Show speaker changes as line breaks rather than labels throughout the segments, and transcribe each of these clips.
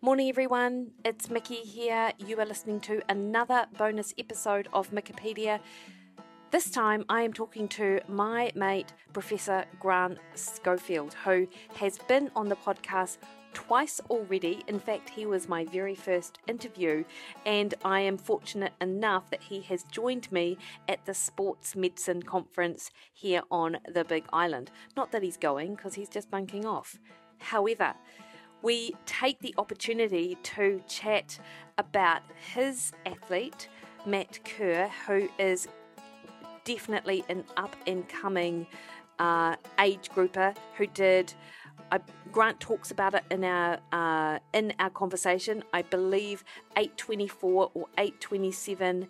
Morning, everyone. It's Mickey here. You are listening to another bonus episode of Wikipedia. This time, I am talking to my mate, Professor Grant Schofield, who has been on the podcast twice already. In fact, he was my very first interview, and I am fortunate enough that he has joined me at the Sports Medicine Conference here on the Big Island. Not that he's going, because he's just bunking off. However, we take the opportunity to chat about his athlete, Matt Kerr, who is definitely an up and coming uh, age grouper who did. I, Grant talks about it in our uh, in our conversation. I believe eight twenty four or eight twenty seven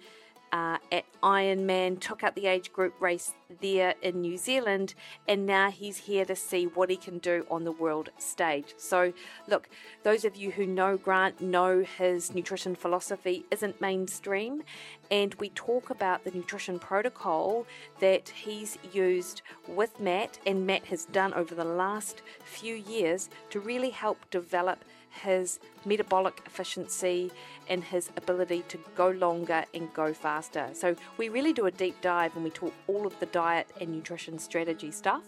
uh, at Ironman took out the age group race there in New Zealand, and now he's here to see what he can do on the world stage. So, look, those of you who know Grant know his nutrition philosophy isn't mainstream, and we talk about the nutrition protocol that he's used with Matt and Matt has done over the last few years to really help develop his metabolic efficiency and his ability to go longer and go faster. So, we really do a deep dive and we talk all of the diet and nutrition strategy stuff.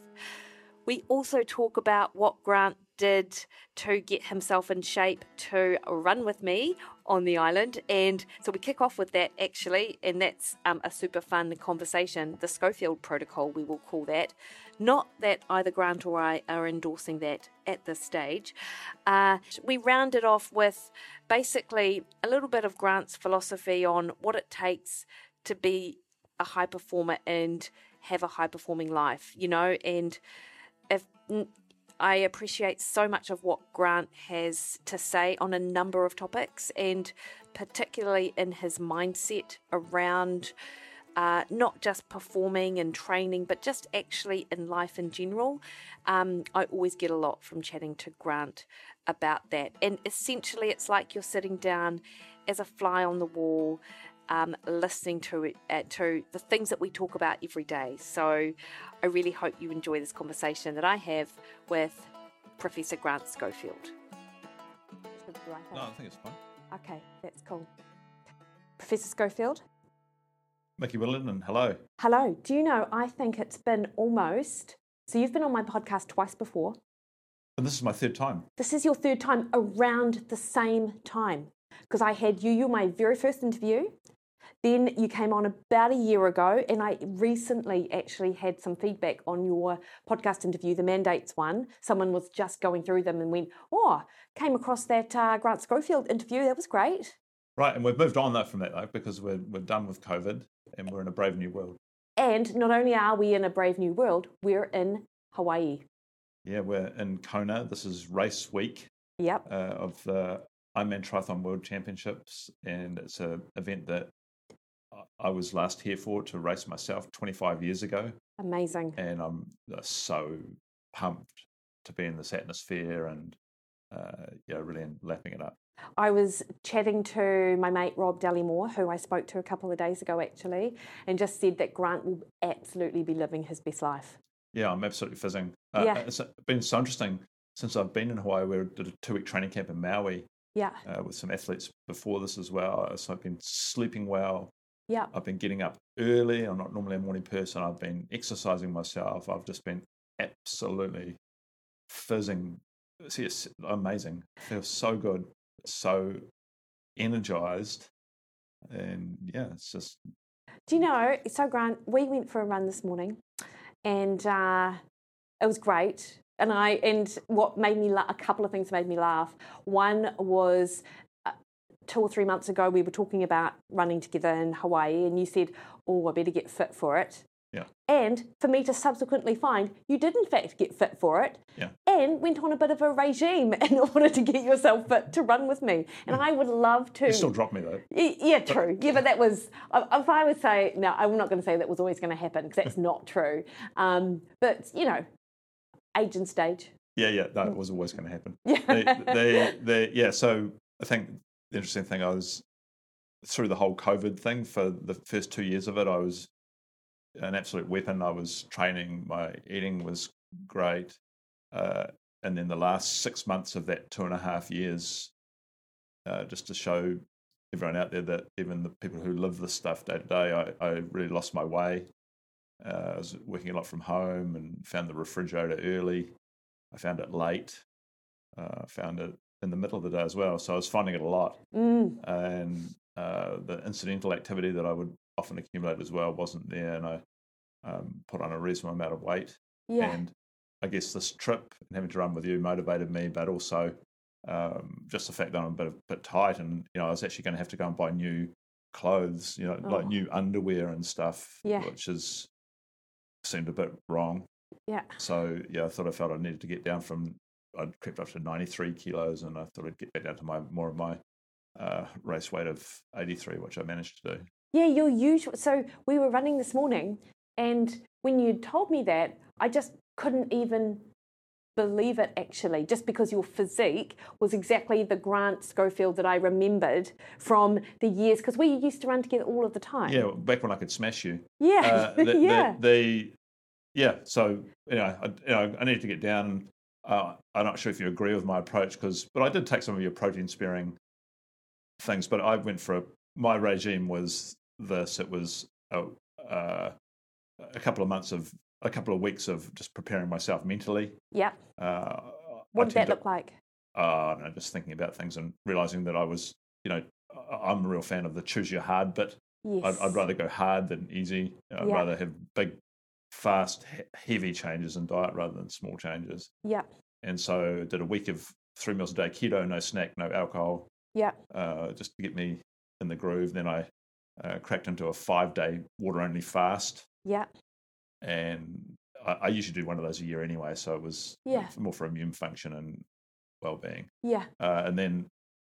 We also talk about what Grant did to get himself in shape to run with me on the island. And so we kick off with that actually, and that's um, a super fun conversation. The Schofield Protocol, we will call that. Not that either Grant or I are endorsing that at this stage. Uh, we round it off with basically a little bit of Grant's philosophy on what it takes to be a high performer and have a high performing life, you know, and if n- I appreciate so much of what Grant has to say on a number of topics, and particularly in his mindset around uh, not just performing and training, but just actually in life in general. Um, I always get a lot from chatting to Grant about that. And essentially, it's like you're sitting down as a fly on the wall um, listening to it, uh, to the things that we talk about every day. So I really hope you enjoy this conversation that I have with Professor Grant Schofield.
No, I think it's fine.
Okay, that's cool. Professor Schofield,
Mickey Willen and hello.
hello. Do you know, I think it's been almost, so you've been on my podcast twice before.
And this is my third time.
This is your third time around the same time because I had you, you, my very first interview. Then you came on about a year ago, and I recently actually had some feedback on your podcast interview, the mandates one. Someone was just going through them and went, "Oh, came across that uh, Grant Schofield interview. That was great."
Right, and we've moved on though from that though because we're we're done with COVID and we're in a brave new world.
And not only are we in a brave new world, we're in Hawaii.
Yeah, we're in Kona. This is race week
Yep.
uh, of the Ironman Triathlon World Championships, and it's an event that I- I was last here for to race myself 25 years ago,
Amazing.
and I'm uh, so pumped to be in this atmosphere and uh, yeah, really lapping it up.
I was chatting to my mate Rob Dallimore, who I spoke to a couple of days ago actually, and just said that Grant will absolutely be living his best life.
Yeah, I'm absolutely fizzing. Uh,
Yeah.
It's been so interesting since I've been in Hawaii. We did a two week training camp in Maui
Yeah,
uh, with some athletes before this as well. Uh, So I've been sleeping well.
yeah,
I've been getting up early. I'm not normally a morning person. I've been exercising myself. I've just been absolutely fizzing. See, it's amazing. Feels so good, so energized. And yeah, it's just
Do you know? So, Grant, we went for a run this morning, and uh, it was great. And I and what made me la- a couple of things made me laugh. One was uh, two or three months ago we were talking about running together in Hawaii, and you said, "Oh, I better get fit for it."
Yeah.
And for me to subsequently find you did in fact get fit for it,
Yeah.
and went on a bit of a regime in order to get yourself fit to run with me.
Hmm.
And I would love to.
you still drop me though.
Y- Yeah, true. Yeah, but that was, I- if I would say, no, I'm not going to say that was always going to happen because that's not true. Um, but, you know, age and stage.
Yeah, yeah,
Mm.
that was always going to happen.
Yeah.
they, they, they, yeah. So I think the interesting thing I was through the whole COVID thing for the first two years of it, I was an absolute weapon. I was training, my eating was great, uh, and then the last six months of that two and a half years uh, just to show everyone out there that even the people who live this stuff day to day, I, I really lost my way. Uh, I was working a lot from home and found the refrigerator early. I found it late. Uh, I found it in the middle of the day as well. So I was finding it a lot.
Mm.
And uh, the incidental activity that I would often accumulate as well wasn't there. And I um, put on a reasonable amount of weight.
Yeah.
And I guess this trip and having to run with you motivated me, but also um, just the fact that I'm a bit, bit tight and, you know, I was actually going to have to go and buy new clothes, you know, like
Oh.
new underwear and stuff,
Yeah.
which is seemed a bit wrong.
yeah.
So yeah, I thought I felt I needed to get down from I'd crept up to 93 kilos, and I thought I'd get back down to my more of my uh, race weight of 83, which I managed to do.
Yeah, your usual. So we were running this morning, and when you told me that, I just couldn't even believe it actually, just because your physique was exactly the Grant Schofield that I remembered from the years, because we used to run together all of the time.
Yeah, back when I could smash you.
Yeah.
Uh, the, the-
yeah.
The, yeah. So you know, I, you know, I needed to get down. Uh, I'm not sure if you agree with my approach because, but I did take some of your protein sparing things. But I went for a, my regime was this. It was a, uh, a couple of months of a couple of weeks of just preparing myself mentally.
yeah.
Uh,
What
I
did
tend
that
to-
look like?
uh, no, just thinking about things and realizing that I was, you know, I- I'm a real fan of the choose your hard bit.
Yes.
I'd, I'd rather go hard than easy. I'd
Yeah.
rather have big, fast, he- heavy changes in diet rather than small changes.
Yeah.
And so I did a week of three meals a day keto, no snack, no alcohol,
Yeah.
uh, just to get me in the groove. Then I uh, cracked into a five day water only fast.
Yeah.
And I, I usually do one of those a year anyway. So it was
Yeah.
more for immune function and well being
Yeah.
uh, and then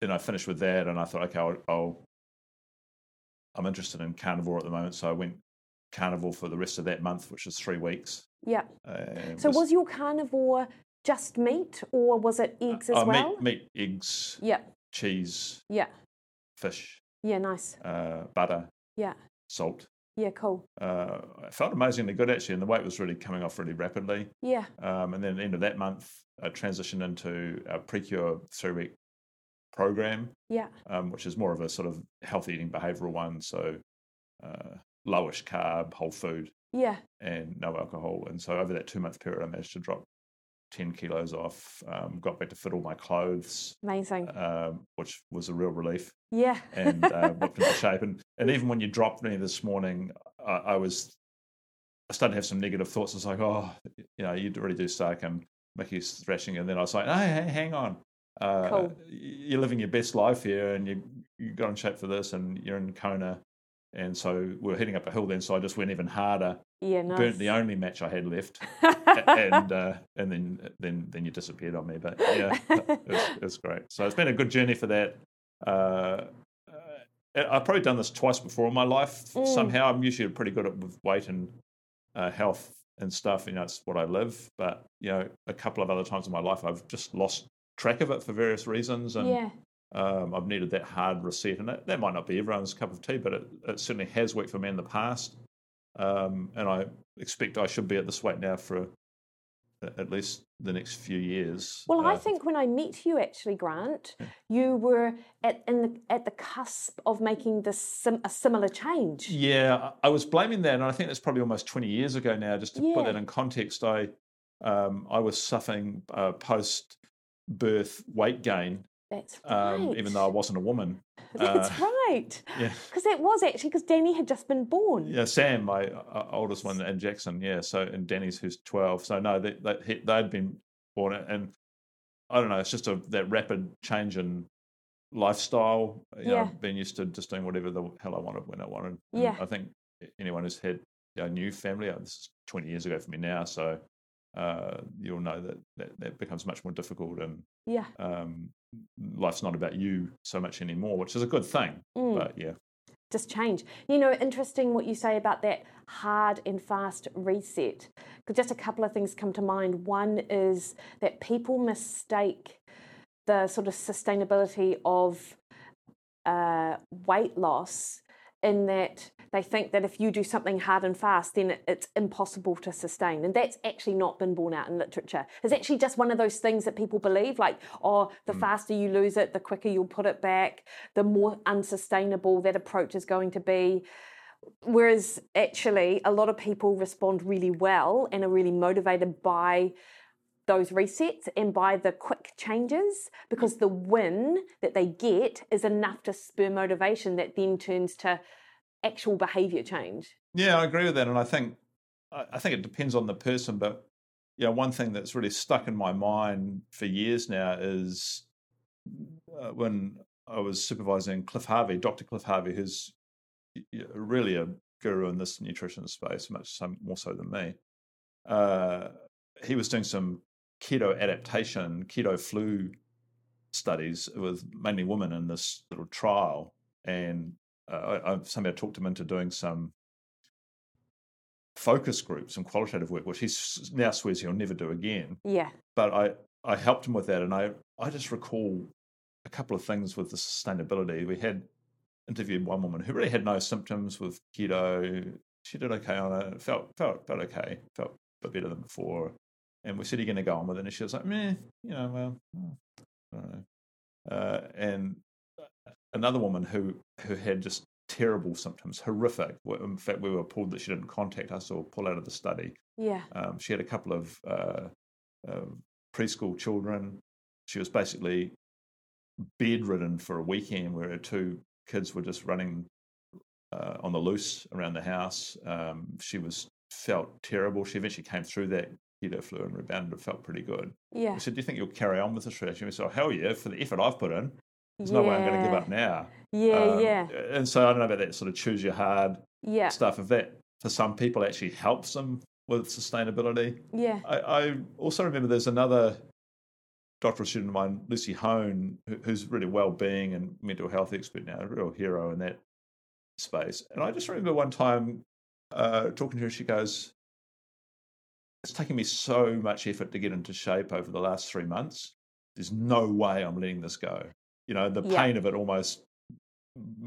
then I finished with that, and I thought, okay, I'll, I'll I'm interested in carnivore at the moment, so I went carnivore for the rest of that month, which is three weeks.
Yeah.
And
So was your carnivore just meat, or was it eggs as
oh,
well?
meat, meat, eggs,
Yeah.
cheese,
Yeah.
fish,
Yeah. Nice.
uh, butter,
Yeah.
salt.
Yeah. Cool.
Uh, it felt amazingly good actually, and the weight was really coming off really rapidly.
Yeah.
Um, and then at the end of that month, I transitioned into a Precure three week program,
Yeah.
um, which is more of a sort of health eating behavioral one. So uh, lowish carb, whole food,
Yeah.
and no alcohol. And so over that two month period, I managed to drop 10 kilos off, um, got back to fit all my clothes,
Amazing.
um, which was a real relief,
Yeah.
and uh, whipped into shape. And, and even when you dropped me this morning, I, I was. I started to have some negative thoughts. It's like, oh, you know, you really do suck, and Mickey's thrashing. And then I was like, hey, hey, hang on, uh,
Cool.
you're living your best life here, and you you got in shape for this, and you're in Kona, and so we are heading up a hill then. So I just went even harder,
Yeah, nice.
burnt the only match I had left, a- and uh, and then then then you disappeared on me. But yeah, it was, it was great. So it's been a good journey for that. Uh, uh, I've probably done this twice before in my life.
Mm.
Somehow I'm usually pretty good at with weight and uh, health and stuff. You know, it's what I live. But you know, a couple of other times in my life, I've just lost track of it for various reasons, and
yeah,
um, I've needed that hard reset, and that, that might not be everyone's cup of tea, but it, it certainly has worked for me in the past. Um, and I expect I should be at this weight now for a- at least the next few years.
Well, I
Uh,
think when I met you, actually, Grant, you were at in the, at the cusp of making this sim- a similar change.
Yeah, I I was blaming that, and I think that's probably almost twenty years ago now. Just to
Yeah.
put that in context, I um, I was suffering uh, post birth weight gain,
That's right.
um, even though uh, I wasn't a woman.
that's right.
yeah.
Because that was actually because Danny had just been born.
Yeah, Sam, my uh, oldest one, and Jackson. Yeah, so and Danny's who's twelve. So no, they, they he- they'd been born, and I don't know. It's just a that rapid change in lifestyle. You
Yeah.
know, being used to just doing whatever the hell I wanted when I wanted. And
Yeah.
I think anyone who's had a new family, uh, this is twenty years ago for me now, so uh, you'll know that, that that becomes much more difficult, and
Yeah.
um, life's not about you so much anymore, which is a good thing.
Mm.
But yeah,
just change. You know, interesting what you say about that hard and fast reset. 'Cause Just a couple of things come to mind. One is that people mistake the sort of sustainability of uh, weight loss in that they think that if you do something hard and fast, then it- it's impossible to sustain. And that's actually not been borne out in literature. It's actually just one of those things that people believe like, oh, the faster you lose it, the quicker you'll put it back, the more unsustainable that approach is going to be. Whereas actually, a lot of people respond really well and are really motivated by those resets and by the quick changes because the win that they get is enough to spur motivation that then turns to actual behavior change.
Yeah, I agree with that, and I think I I think it depends on the person. But you know, one thing that's really stuck in my mind for years now is uh, when I was supervising Cliff Harvey, Dr. Cliff Harvey, who's y- y- really a guru in this nutrition space, much so, more so than me. Uh, he was doing some keto adaptation, keto flu studies with mainly women in this little trial, and uh, I, I somehow talked him into doing some focus groups and qualitative work, which he s- now swears he'll never do again.
Yeah.
But I, I helped him with that, and I, I just recall a couple of things with the sustainability. We had interviewed one woman who really had no symptoms with keto. She did okay on it, felt felt felt okay, felt a bit better than before. And we said, "Are you going to go on with it?" And she was like, "Meh, you know, well, oh, I don't know." Uh, and another woman who who had just terrible symptoms, horrific. In fact, we were appalled that she didn't contact us or pull out of the study.
Yeah.
Um, she had a couple of uh, uh, preschool children. She was basically bedridden for a weekend where her two kids were just running uh, on the loose around the house. Um, she was felt terrible. She eventually came through that keto flu and rebounded and felt pretty good. I
Yeah.
said, "Do you think you'll carry on with this?" She said, "Oh hell yeah! For the effort I've put in, there's no way I'm going to give up now."
Yeah,
Um,
yeah.
And so I don't know about that sort of choose your hard
Yeah.
stuff. If that for some people actually helps them with sustainability,
Yeah.
I, I also remember there's another doctoral student of mine, Lucy Hone, who, who's really well-being and mental health expert now, a real hero in that space. And I just remember one time uh, talking to her, she goes, "It's taken me so much effort to get into shape over the last three months. There's no way I'm letting this go. You know, the
Yeah.
pain of it almost."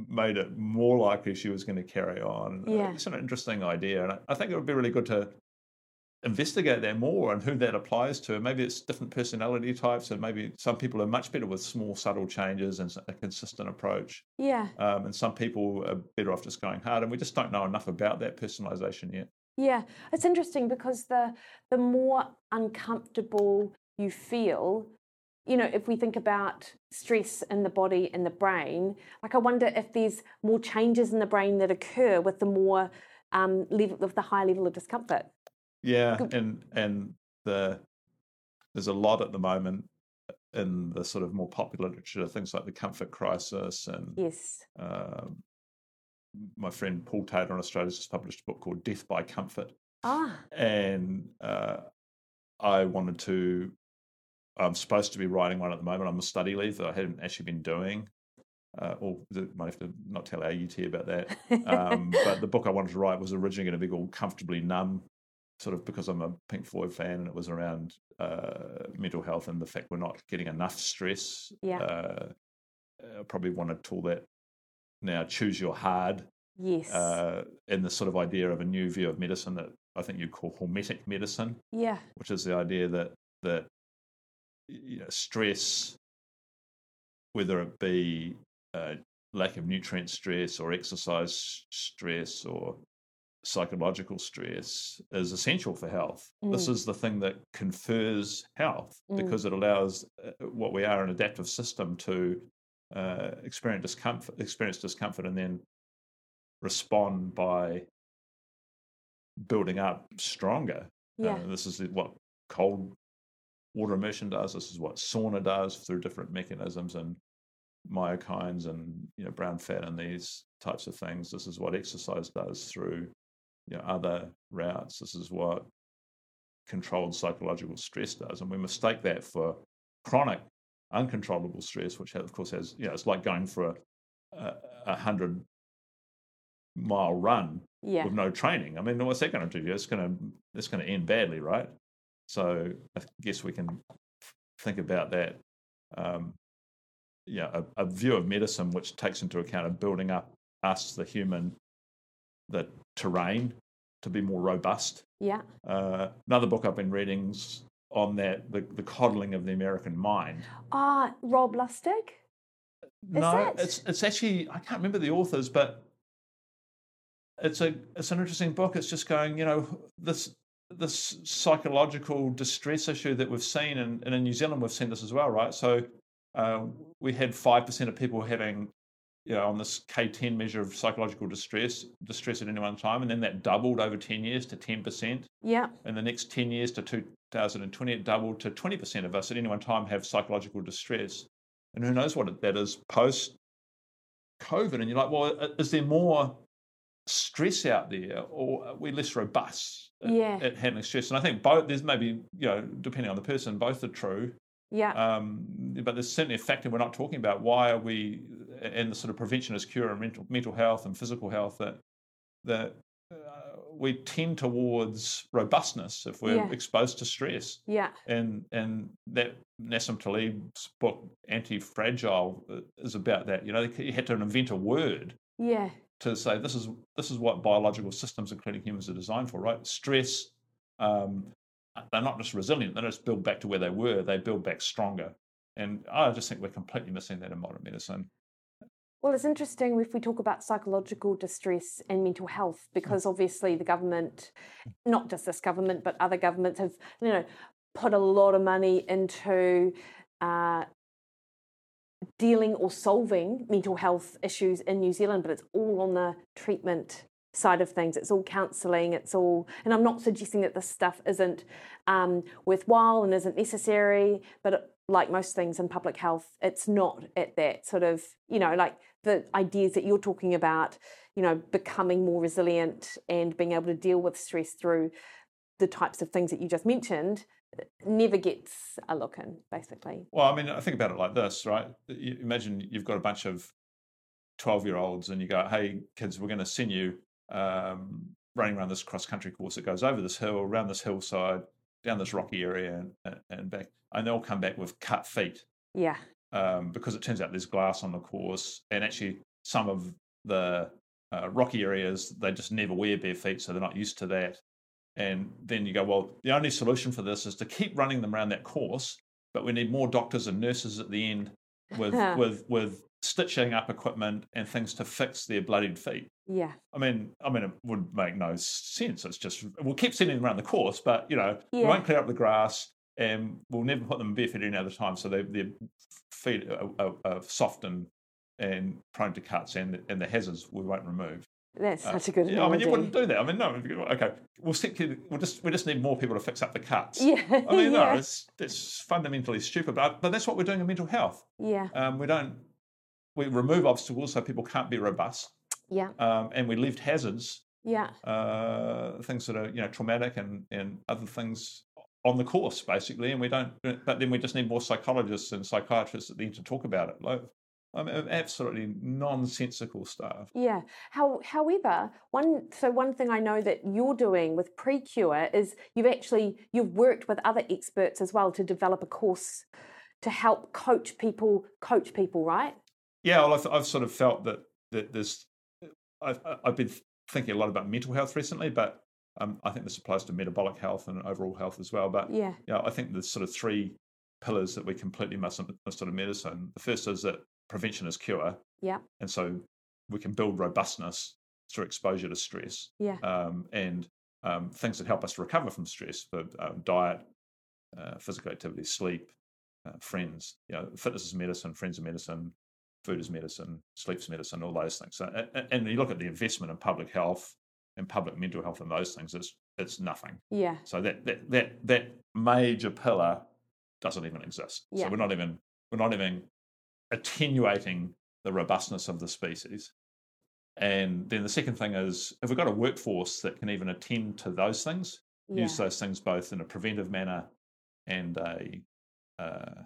Made it more likely she was going to carry on. Uh,
Yeah.
It's an interesting idea, and I, I think it would be really good to investigate that more and who that applies to. Maybe it's different personality types, and maybe some people are much better with small, subtle changes and a consistent approach,
Yeah.
um, and some people are better off just going hard. And we just don't know enough about that personalization yet.
Yeah, it's interesting because the the more uncomfortable you feel, you know, if we think about stress in the body and the brain, like I wonder if there's more changes in the brain that occur with the more um, level of the high level of discomfort.
Yeah, and and the there's a lot at the moment in the sort of more popular literature, things like the comfort crisis and
Yes.
um, my friend Paul Taylor in Australia has just published a book called Death by Comfort,
Ah,
and uh, I wanted to. I'm supposed to be writing one at the moment. I'm a study leave that I haven't actually been doing. Uh, or the- might have to not tell AUT about that. Um, but the book I wanted to write was originally going to be called Comfortably Numb, sort of because I'm a Pink Floyd fan, and it was around uh, mental health and the fact we're not getting enough stress.
Yeah.
Uh, I probably want to call that now choose your hard
yes.
uh, and the sort of idea of a new view of medicine that I think you'd call hormetic medicine,
yeah.
which is the idea that that you know, stress, whether it be uh, lack of nutrient stress or exercise stress or psychological stress, is essential for health. This is the thing that confers health because it allows uh, what we are an adaptive system to uh, experience discomfort, experience discomfort, and then respond by building up stronger.
Yeah.
Uh, this is what cold water immersion does. This is what sauna does through different mechanisms and myokines and you know brown fat and these types of things. This is what exercise does through you know other routes. This is what controlled psychological stress does, and we mistake that for chronic uncontrollable stress, which of course has you know it's like going for a, a, a hundred mile run
Yeah.
with no training. I mean, what's that going to do? It's going to it's going to end badly, right? So I guess we can think about that. Um, yeah, a, a view of medicine which takes into account of building up us, the human, the terrain to be more robust.
Yeah.
Uh, another book I've been reading's on that the, the coddling of the American mind.
Ah, Rob Lustig.
no,
it?
it's it's actually I can't remember the authors, but it's a it's an interesting book. It's just going, you know, this this psychological distress issue that we've seen, and, and in New Zealand we've seen this as well, right? So uh, we had five percent of people having, you know, on this K10 measure of psychological distress distress at any one time, and then that doubled over ten years to ten percent
Yeah.
in the next 10 years to 2020, it doubled to 20% of us at any one time have psychological distress. And who knows what that is post COVID? And you're like, well, is there more stress out there or are we less robust at,
Yeah.
at handling stress? And I think both, there's maybe, you know, depending on the person, both are true.
Yeah.
Um, but there's certainly a factor we're not talking about. Why are we, and the sort of prevention is cure and mental, mental health and physical health that that uh, we tend towards robustness if we're
Yeah.
exposed to stress.
yeah.
And and that Nassim Taleb's book Anti-Fragile uh, is about that. You know, he had to invent a word
Yeah.
to say this is this is what biological systems, including humans, are designed for. Right? Stress. Um, they're not just resilient; they don't just build back to where they were. They build back stronger. And I just think we're completely missing that in modern medicine.
Well, it's interesting if we talk about psychological distress and mental health, because obviously the government, not just this government, but other governments have, you know, put a lot of money into uh, dealing or solving mental health issues in New Zealand, but it's all on the treatment side of things. It's all counselling. It's all, and I'm not suggesting that this stuff isn't um, worthwhile and isn't necessary, but it, like most things in public health, it's not at that sort of, you know, like the ideas that you're talking about, you know, becoming more resilient and being able to deal with stress through the types of things that you just mentioned never gets a look in, basically.
Well, I mean, I think about it like this, right? You imagine you've got a bunch of 12 year olds and you go, hey, kids, we're going to send you um, running around this cross country course that goes over this hill, around this hillside, down this rocky area, and, and back. And they'll come back with cut feet
Yeah.
um, because it turns out there's glass on the course, and actually some of the uh, rocky areas they just never wear bare feet, so they're not used to that. And then you go, well, the only solution for this is to keep running them around that course, but we need more doctors and nurses at the end with with with stitching up equipment and things to fix their bloodied feet.
Yeah.
I mean, I mean, it would make no sense. It's just we'll keep sending them around the course, but you know, we
Yeah.
won't clear up the grass, and we'll never put them barefoot any other time. So they, their feet are, are, are soft and and prone to cuts, and and the hazards we won't remove.
That's
Uh,
such a good
yeah, I mean,
analogy.
you wouldn't do that. I mean, no. if you- Okay, we'll stick to, we'll just we just need more people to fix up the cuts.
Yeah.
I mean, no,
yeah.
it's it's fundamentally stupid, but but that's what we're doing in mental health.
yeah.
Um, we don't we remove obstacles so people can't be robust,
Yeah.
um, and we lift hazards
Yeah.
uh, things that are you know traumatic and and other things on the course basically and we don't but then we just need more psychologists and psychiatrists at the end to talk about it like I mean, absolutely nonsensical stuff
Yeah. How, however, one so one thing I know that you're doing with Precure is you've actually you've worked with other experts as well to develop a course to help coach people coach people, right?
yeah well i've, I've sort of felt that that there's I've, I've been thinking a lot about mental health recently but um, i think this applies to metabolic health and overall health as well but
Yeah.
you know, I think there's sort of three pillars that we completely must miss out of medicine. The first is that prevention is cure.
Yeah.
And so we can build robustness through exposure to stress
Yeah.
um, and um, things that help us recover from stress for um, diet, uh, physical activity, sleep, uh, friends. You know, fitness is medicine, friends are medicine, food is medicine, sleep's medicine, all those things. So, a- a- and you look at the investment in public health and public mental health and those things, it's, it's nothing.
Yeah.
So that that that that major pillar doesn't even exist.
Yeah.
So we're not even we're not even attenuating the robustness of the species. And then the second thing is if we've got a workforce that can even attend to those things,
Yeah.
use those things both in a preventive manner and a uh,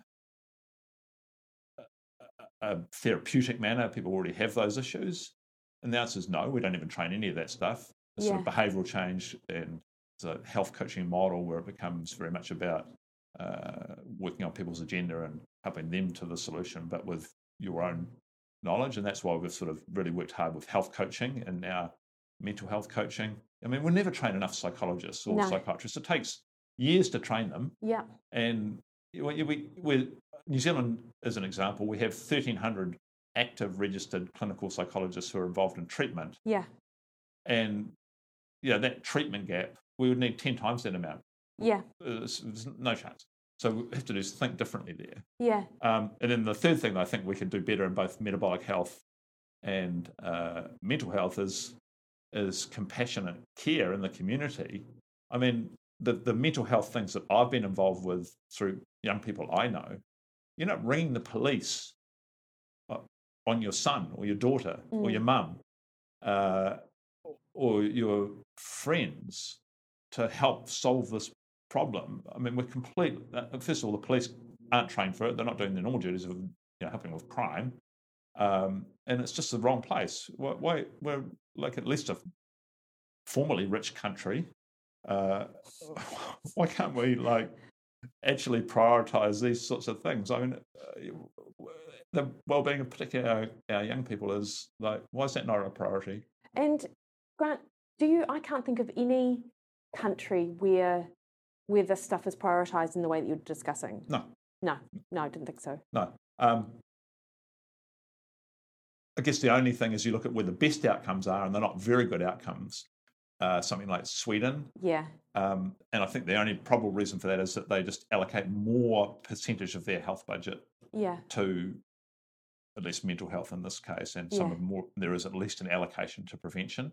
a- a therapeutic manner. People already have those issues, and the answer is no. We don't even train any of that stuff. It's sort of behavioural change and it's a health coaching model where it becomes very much about uh, working on people's agenda and helping them to the solution, but with your own knowledge. And that's why we've sort of really worked hard with health coaching and now mental health coaching. I mean, we'll never train enough psychologists or
No.
psychiatrists. It takes years to train them.
Yeah.
And we, we, we, New Zealand, as an example, we have 1,300 active registered clinical psychologists who are involved in treatment.
Yeah.
And, you know, that treatment gap, we would need 10 times that amount.
Yeah.
There's, there's no chance. So what we have to do is think differently there.
Yeah.
Um, and then the third thing that I think we can do better in both metabolic health and uh, mental health is is compassionate care in the community. I mean, the the mental health things that I've been involved with through young people I know, you're not ringing the police uh, on your son or your daughter or
Mm.
your mum uh, or your friends to help solve this problem. I mean, we're complete. uh, First of all, the police aren't trained for it. They're not doing their normal duties of you know, helping with crime, um, and it's just the wrong place. Why, why we're like at least a formerly rich country. Uh, why can't we like actually prioritize these sorts of things? I mean, uh, the well-being of particularly our, our young people is like why is that not a priority?
And Grant, do you? I can't think of any country where where this stuff is prioritised in the way that you're discussing.
No.
No. No, I didn't think so.
No. Um, I guess the only thing is you look at where the best outcomes are, and they're not very good outcomes. Uh, something like Sweden,
Yeah.
um, and I think the only probable reason for that is that they just allocate more percentage of their health budget
Yeah.
to at least mental health in this case, and some
Yeah.
of more there is at least an allocation to prevention.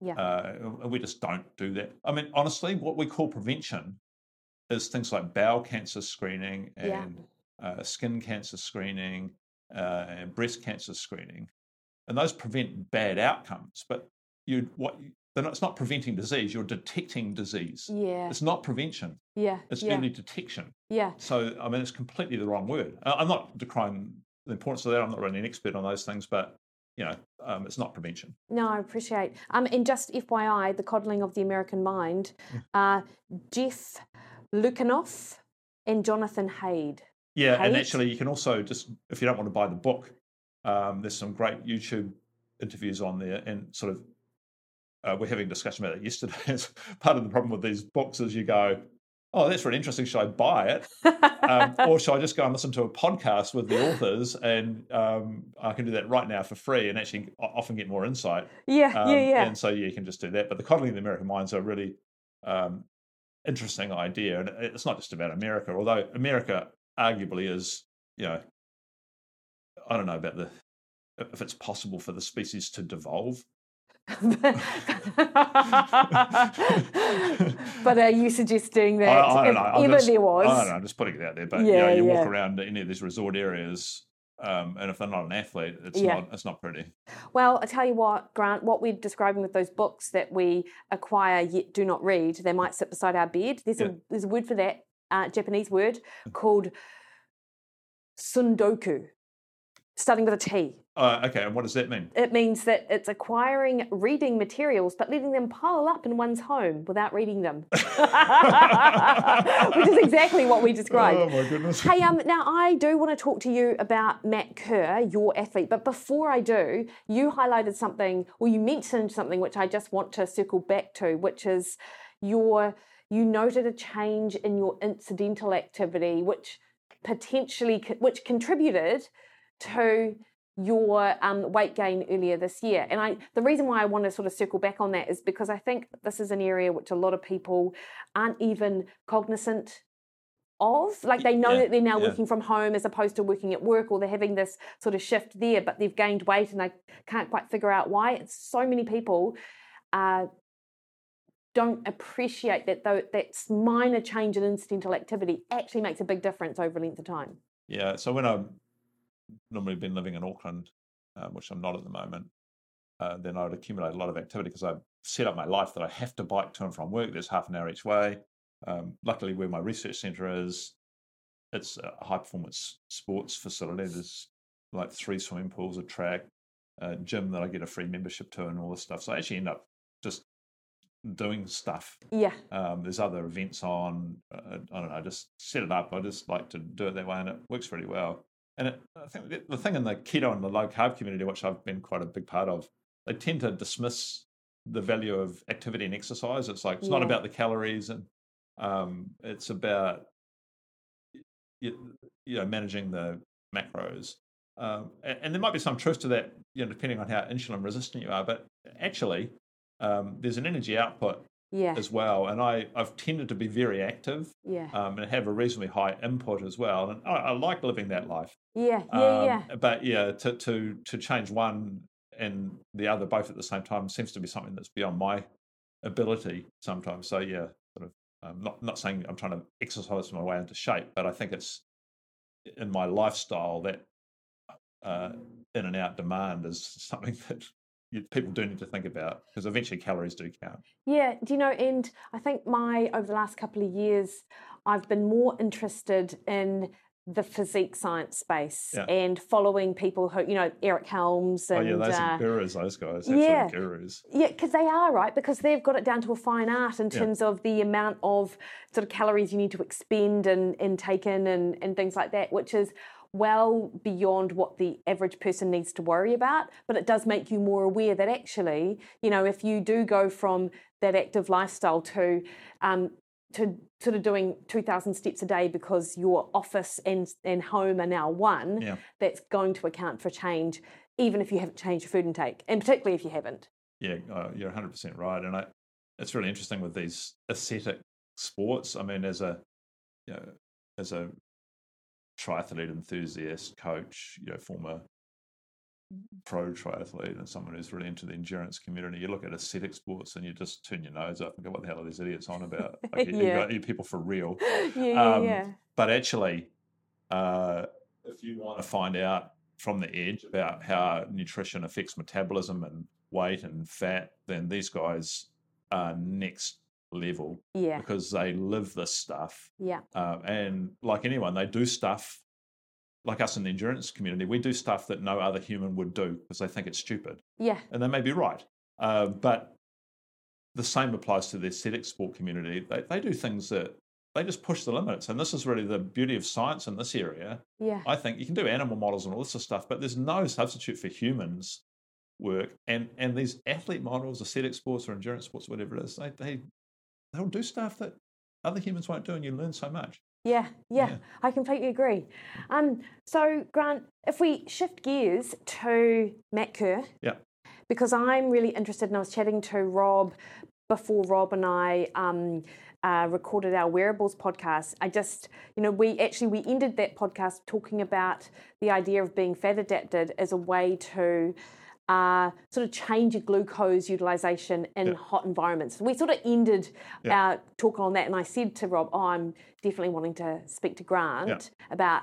Yeah.
Uh, and we just don't do that. I mean, honestly, what we call prevention is things like bowel cancer screening and
Yeah.
uh, skin cancer screening uh, and breast cancer screening, and those prevent bad outcomes. But you what you- they're not, it's not preventing disease; you're detecting disease.
Yeah.
It's not prevention;
Yeah.
it's
yeah.
early detection.
yeah.
So, I mean, it's completely the wrong word. I- I'm not decrying the importance of that. I'm not really an expert on those things, but you know, um, it's not prevention.
No, I appreciate. Um, and just FYI, the coddling of the American mind,
Mm.
uh, Jeff Lukanoff and Jonathan Haid.
Yeah, and
Right.
actually, you can also just if you don't want to buy the book, um, there's some great YouTube interviews on there, and sort of uh, we're having a discussion about it yesterday. It's part of the problem with these books is you go, oh, that's really interesting. Should I buy it, um, or should I just go and listen to a podcast with the authors, and um, I can do that right now for free, and actually o- often get more insight.
yeah,
Um,
yeah, yeah,
And so yeah, you can just do that. But the coddling of the American mind's a really um, interesting idea, and it- it's not just about America. Although America arguably is, you know, I don't know about the if it's possible for the species to devolve.
but are you suggesting that
I, I don't
if
know. I'm
ever
just-
there
I don't know.
was,
I'm just putting it out there. But you know,
Yeah,
you walk
yeah.
around any of these resort areas, um, and if they're not an athlete, it's
Yeah.
not. It's not pretty.
well, I tell you what, Grant, what we're describing with those books that we acquire yet do not read, they might sit beside our bed. There's
Yeah.
a there's a word for that, uh, Japanese word called sundoku, starting with a T.
Uh, okay, and what does that mean?
It means that it's acquiring reading materials, but letting them pile up in one's home without reading them, which is exactly what we described.
Oh my goodness.
Hey, um, now I do want to talk to you about Matt Kerr, your athlete, but before I do, you highlighted something, or you mentioned something which I just want to circle back to, which is your you noted a change in your incidental activity, which potentially co- which contributed to your um, weight gain earlier this year. And I, the reason why I want to sort of circle back on that is because I think this is an area which a lot of people aren't even cognizant of. Like they know
Yeah,
that they're now
yeah.
working from home as opposed to working at work, or they're having this sort of shift there, but they've gained weight and they can't quite figure out why. It's so many people. Uh, don't appreciate that though that minor change in incidental activity actually makes a big difference over a length of time.
Yeah. So when I've normally been living in Auckland, um, which I'm not at the moment, uh, then I would accumulate a lot of activity because I set up my life that I have to bike to and from work. There's half an hour each way. Um, luckily, where my research centre is, it's a high performance sports facility. There's like three swimming pools, a track, a gym that I get a free membership to, and all this stuff. So I actually end up just doing stuff
Yeah,
um, there's other events on. Uh, I don't know. Just set it up. I just like to do it that way, and it works pretty well. And it, I think the- the thing in the keto and the low carb community, which I've been quite a big part of, they tend to dismiss the value of activity and exercise. It's like it's not
Yeah.
about the calories, and um, it's about you, you know managing the macros. Um, a- and, there might be some truth to that, you know, depending on how insulin resistant you are. But actually, um, there's an energy output
Yeah.
as well. And I, I've tended to be very active
Yeah.
um, and have a reasonably high input as well. And I, I like living that life.
Yeah. Yeah.
Um,
Yeah.
But yeah, to, to to change one and the other both at the same time seems to be something that's beyond my ability sometimes. So yeah, sort of. I'm not not saying I'm trying to exercise my way into shape, but I think it's in my lifestyle that uh, in and out demand is something that you, people do need to think about because eventually calories do count.
Yeah, do you know, and I think my, over the last couple of years, I've been more interested in the physique science space
Yeah.
and following people who, you know, Eric Helms
Oh
and.
yeah, those
uh,
are gurus. Those guys, absolute
yeah.
gurus.
yeah, because they are right. Because they've got it down to a fine art in terms of the amount of sort of calories you need to expend and, and take in and, and things like that, which is well beyond what the average person needs to worry about. But it does make you more aware that actually, you know, if you do go from that active lifestyle to um, to sort of doing 2,000 steps a day because your office and, and home are now one,
Yeah.
that's going to account for change, even if you haven't changed your food intake, and particularly if you haven't.
Yeah, uh, you're 100% right. And I, it's really interesting with these aesthetic sports. I mean, as a, you know, as a triathlete enthusiast, coach, you know, former pro triathlete and someone who's really into the endurance community, you look at aesthetic sports and you just turn your nose up and go, what the hell are these idiots on about? Like, you, you
Yeah.
got you people for real
yeah, yeah,
Um,
yeah.
but actually, uh, if you want to find out from the edge about how nutrition affects metabolism and weight and fat, then these guys are next level
Yeah,
because they live this stuff.
yeah,
Um, and like anyone, they do stuff like us in the endurance community. We do stuff that no other human would do because they think it's stupid
yeah,
and they may be right. Uh, but the same applies to the aesthetic sport community. They, they do things that they just push the limits. And this is really the beauty of science in this area.
yeah,
I think you can do animal models and all this sort of stuff, but there's no substitute for humans work. And and these athlete models, aesthetic sports or endurance sports, whatever it is, they, they they'll do stuff that other humans won't do, and you learn so much.
yeah, yeah.
Yeah.
I completely agree. Um, so Grant, if we shift gears to Matt Kerr,
Yeah.
because I'm really interested, and I was chatting to Rob before Rob and I um, uh, recorded our wearables podcast. I just, you know, we actually we ended that podcast talking about the idea of being fat adapted as a way to uh, sort of change your glucose utilization in hot environments. We sort of ended our talk on that, and I said to Rob, oh, I'm definitely wanting to speak to Grant about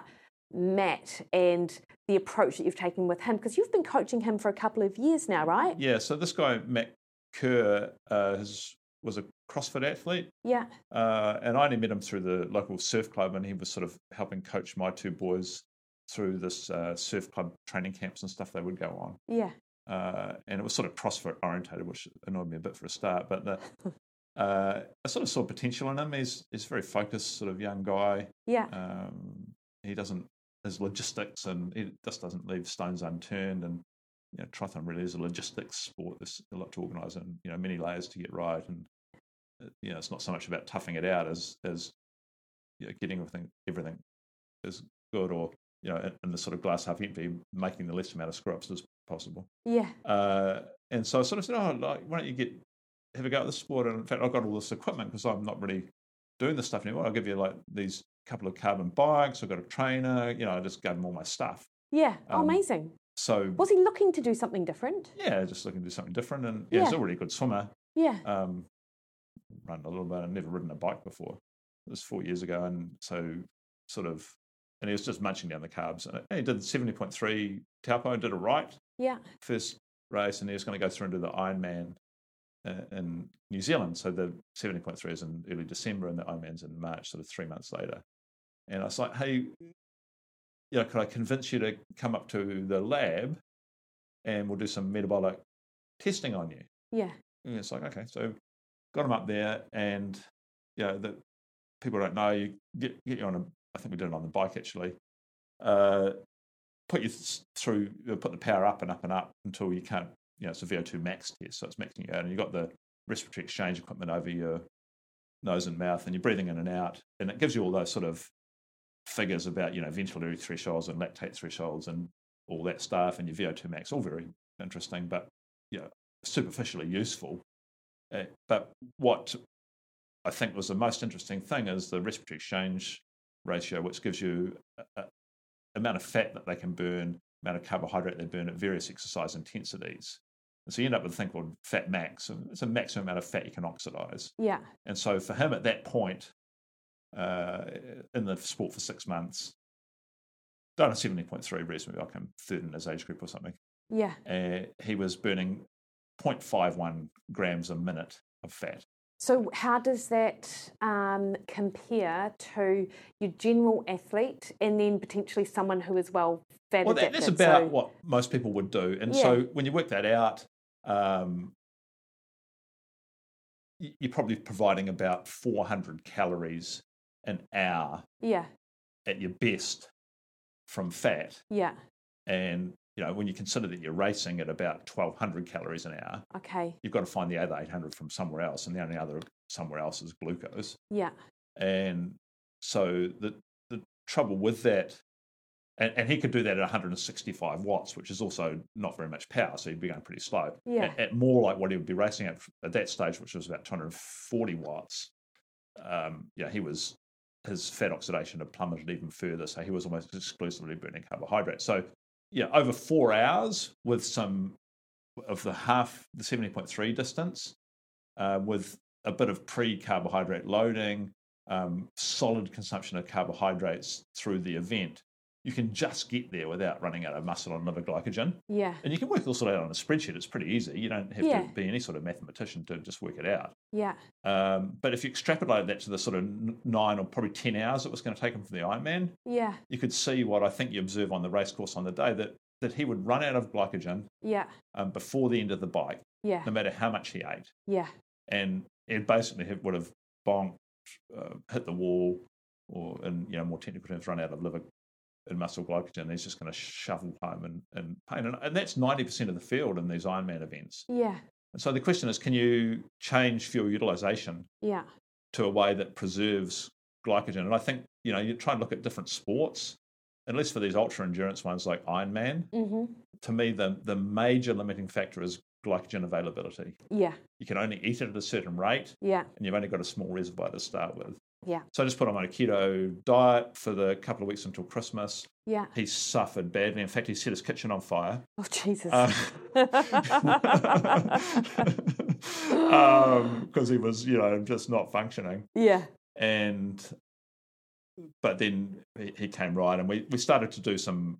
Matt and the approach that you've taken with him because you've been coaching him for a couple of years now, right?
Yeah. So this guy Matt Kerr uh, has, was a CrossFit athlete.
Yeah,
Uh, and I only met him through the local surf club, and he was sort of helping coach my two boys through this uh, surf club training camps and stuff they would go on.
yeah,
Uh, and it was sort of CrossFit orientated, which annoyed me a bit for a start. But the, uh, I sort of saw potential in him. He's he's a very focused, sort of young guy.
yeah,
Um, he doesn't his logistics, and he just doesn't leave stones unturned. And you know, triathlon really is a logistics sport. There's a lot to organise, and you know, many layers to get right. And uh, you know, it's not so much about toughing it out as as you know, getting everything everything is good, or you know, in, in the sort of glass half empty, making the least amount of screw ups as possible.
yeah,
Uh, and so I sort of said, "Oh, like, why don't you get have a go at this sport?" And in fact, I've got all this equipment because I'm not really doing this stuff anymore. I'll give you like these couple of carbon bikes. I've got a trainer. You know, I just gave him all my stuff.
yeah. Oh,
Um,
amazing.
So
Was he looking to do something different?
yeah, just looking to do something different. And yeah, he's
Yeah.
already a good swimmer.
Yeah,
Um, run a little bit. I've never ridden a bike before. It was four years ago, and so sort of. And he was just munching down the carbs. And he did 70.3 taupo, did a right.
yeah,
first race, and he was going to go through into the Ironman uh, in New Zealand. So the 70.3 is in early December, and the Ironman's in March, sort of three months later. And I was like, hey, you know, could I convince you to come up to the lab, and we'll do some metabolic testing on you?
yeah,
And it's like, okay, so got him up there, and you know, that people don't know, you get, get you on a, I think we did it on the bike actually. Uh, put you th- through, uh, put the power up and up and up until you can't, you know, it's a VO2 max test. So it's maxing you out. And you've got the respiratory exchange equipment over your nose and mouth, and you're breathing in and out. And it gives you all those sort of figures about, you know, ventilatory thresholds and lactate thresholds and all that stuff and your VO2 max, all very interesting, but, you know, superficially useful. Uh, but what I think was the most interesting thing is the respiratory exchange ratio, which gives you a, a amount of fat that they can burn, amount of carbohydrate they burn at various exercise intensities. And so you end up with a thing called fat max. and It's a maximum amount of fat you can oxidize.
Yeah.
And so for him at that point, uh, in the sport for six months, done a 70.3 res, maybe I can third in his age group or something.
Yeah.
Uh, he was burning 0.51 grams a minute of fat.
So, how does that um, compare to your general athlete and then potentially someone who is well fat
Well, that,
adapted?
that's about
So-
what most people would do. And
Yeah.
so when you work that out, um, y- you're probably providing about 400 calories an hour
Yeah,
at your best from fat.
yeah.
And, you know, when you consider that you're racing at about 1,200 calories an hour,
Okay.
you've got to find the other 800 from somewhere else. And the only other somewhere else is glucose.
Yeah,
And so the the trouble with that, and, and he could do that at 165 watts, which is also not very much power, so he'd be going pretty slow.
Yeah.
At, at more like what he would be racing at at that stage, which was about 240 watts. Um, yeah, he was his fat oxidation had plummeted even further, so he was almost exclusively burning carbohydrate. So yeah, over four hours with some of the half the 70.3 distance, uh, with a bit of pre-carbohydrate loading, um, solid consumption of carbohydrates through the event, you can just get there without running out of muscle and liver glycogen.
yeah,
And you can work this all out on a spreadsheet. It's pretty easy. You don't have
Yeah.
to be any sort of mathematician to just work it out.
yeah,
Um, but if you extrapolate that to the sort of n- nine or probably 10 hours it was going to take him from the Ironman,
yeah,
you could see what I think you observe on the race course on the day that, that he would run out of glycogen
yeah,
um, before the end of the bike,
yeah,
no matter how much he ate
yeah,
and it basically have- would have bonked, uh, hit the wall, or in you know more technical terms, run out of liver and muscle glycogen. He's just going to shovel home in, in pain, and, and that's ninety percent of the field in these Ironman events.
yeah,
And so the question is, can you change fuel utilization
yeah,
to a way that preserves glycogen? And I think you know you try and look at different sports. At least for these ultra endurance ones like Ironman,
mm-hmm.
to me the the major limiting factor is glycogen availability.
yeah,
You can only eat it at a certain rate,
yeah,
and you've only got a small reservoir to start with.
Yeah.
So I just put him on a keto diet for the couple of weeks until Christmas.
yeah.
He suffered badly. In fact, he set his kitchen on fire. Uh,
Oh, Jesus.
Because um, he was, you know, just not functioning.
yeah,
And, but then he, he came right, and we, we started to do some,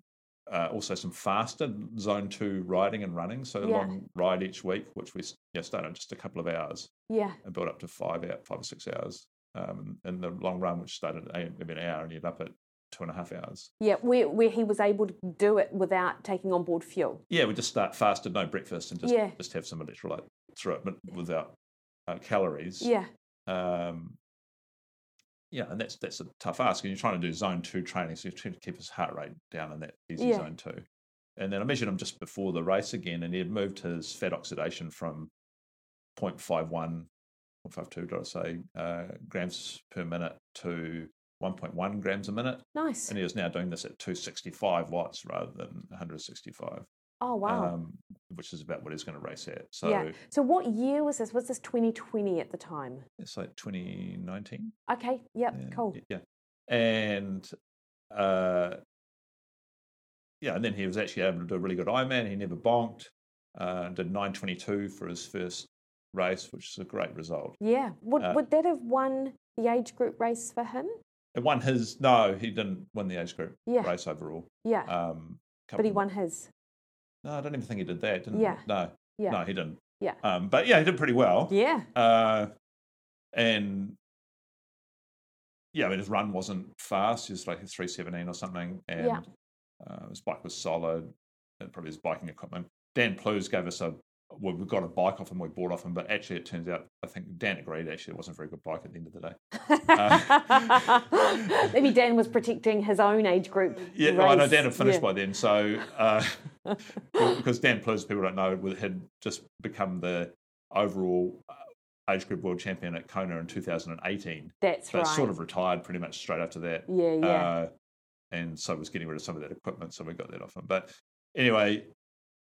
uh, also some faster zone two riding and running. So a
Yeah.
long ride each week, which we yeah, started just a couple of hours
yeah,
and built up to five out five or six hours um, in the long run, which started at maybe an hour and you end up at two and a half hours.
yeah. Where where he was able to do it without taking on board fuel.
Yeah, we just start fasted, no breakfast, and just
Yeah.
just have some electrolyte through it, but without uh, calories.
Yeah,
Um, yeah, and that's that's a tough ask. And you're trying to do zone two training, so you're trying to keep his heart rate down in that easy
Yeah.
zone two. And then I measured him just before the race again, and he had moved his fat oxidation from 0.51, 0.52, did I say, uh, grams per minute to 1.1 grams a minute.
nice.
And he was now doing this at 265 watts rather than 165,
Oh, wow.
um, which is about what he's going to race at. So
yeah. So, what year was this? Was this 2020 at the time?
it's like 2019.
Okay. Yep.
Yeah,
Cool.
y- Yeah. And uh yeah, and then he was actually able to do a really good Ironman. He never bonked. Uh, did 922 for his first race, which is a great result.
Yeah. Would
Uh,
would that have won the age group race for him?
It won his no, he didn't win the age group
Yeah.
race overall.
Yeah.
Um
but he
couple-
won his.
No, I don't even think he did that, didn't
Yeah.
he? No.
Yeah.
No, he didn't.
Yeah.
Um but yeah, he did pretty well.
Yeah.
Uh, and yeah, I mean, his run wasn't fast. It was like a 317 or something. And
Yeah.
uh, his bike was solid, and probably his biking equipment. Dan Plues gave us a, well, we got a bike off him, we bought off him, but actually it turns out, I think Dan agreed, actually, it wasn't a very good bike at the end of the day. Uh,
Maybe Dan was protecting his own age group.
Yeah, no, I know
race.
Dan had finished
Yeah.
by then. So, uh, because Dan Plues, people don't know, was- had just become the overall uh, age group world champion at Kona in 2018.
That's
So
right. Mm,
sort of retired pretty much straight after that.
yeah, yeah.
Uh, and so was getting rid of some of that equipment, so we got that off him. But anyway,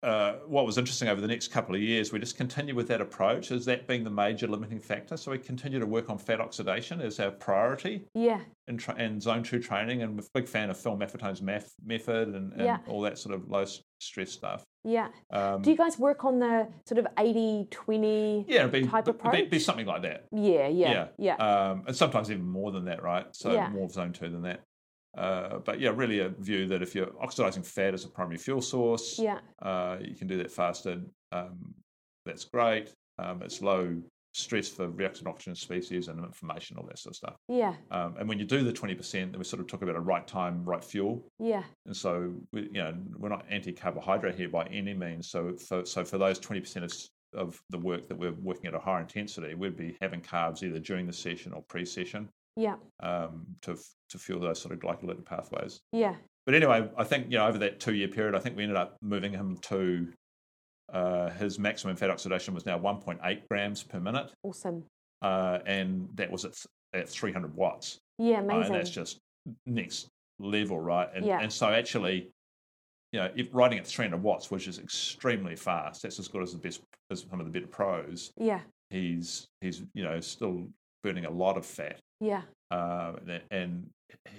uh, what was interesting over the next couple of years, we just continued with that approach, as that being the major limiting factor. So we continue to work on fat oxidation as our priority
yeah.
in, tra- in zone two training, and we're a big fan of Phil Maffetone's math- method and, and
Yeah.
all that sort of low s- stress stuff.
Yeah.
Um,
Do you guys work on the sort of 80 20?
yeah, it'd be,
type
it'd be,
approach?
be something like that.
Yeah, yeah, yeah.
Um, and sometimes even more than that, right? So
Yeah.
more of zone two than that. Uh, but yeah, really a view that if you're oxidizing fat as a primary fuel source,
yeah.
uh, you can do that faster. Um, that's great. Um, it's low stress for reactant oxygen species and inflammation, all that sort of stuff.
Yeah,
Um, and when you do the 20%, then we sort of talk about a right time, right fuel.
yeah,
And so, we, you know, we're not anti-carbohydrate here by any means. So, for, so for those twenty percent of, s- of the work that we're working at a higher intensity, we'd be having carbs either during the session or pre-session
yeah,
um, to f- to fuel those sort of glycolytic pathways.
yeah,
But anyway, I think you know over that two-year period, I think we ended up moving him to uh, his maximum fat oxidation was now one point eight grams per minute,
awesome.
uh, and that was at, th- at three hundred watts.
Yeah,
Uh,
amazing.
and that's just next level, right? And,
Yeah.
and so actually, you know, if riding at 300 watts, which is extremely fast, that's as good as the best, as some of the better pros.
yeah,
He's he's you know still burning a lot of fat,
yeah,
uh, and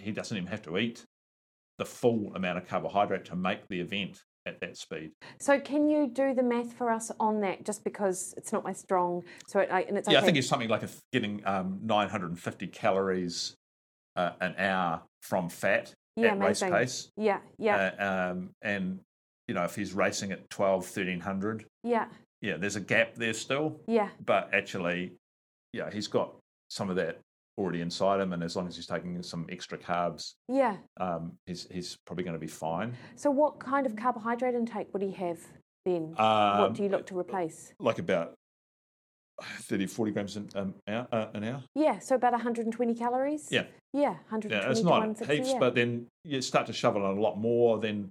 he doesn't even have to eat the full amount of carbohydrate to make the event at that speed.
So, can you do the math for us on that? Just because it's not my strong, so it, I, and it's
Yeah, I
okay.
think it's something like a, getting um, 950 calories uh, an hour from fat
yeah,
at race
amazing.
pace.
Yeah, yeah,
Uh, um, and, you know, if he's racing at 12, 1300,
yeah,
yeah, there's a gap there still.
yeah,
But actually, yeah, he's got some of that already inside him. And as long as he's taking some extra carbs,
yeah.
um, he's, he's probably going to be fine.
So, what kind of carbohydrate intake would he have then?
Um,
what do you look to replace?
like about 30, 40 grams an, um, hour, uh, an hour.
Yeah, so about 120 calories.
Yeah.
yeah, 120
Yeah, it's
to
not
160,
heaps,
yeah.
but then you start to shovel in a lot more, then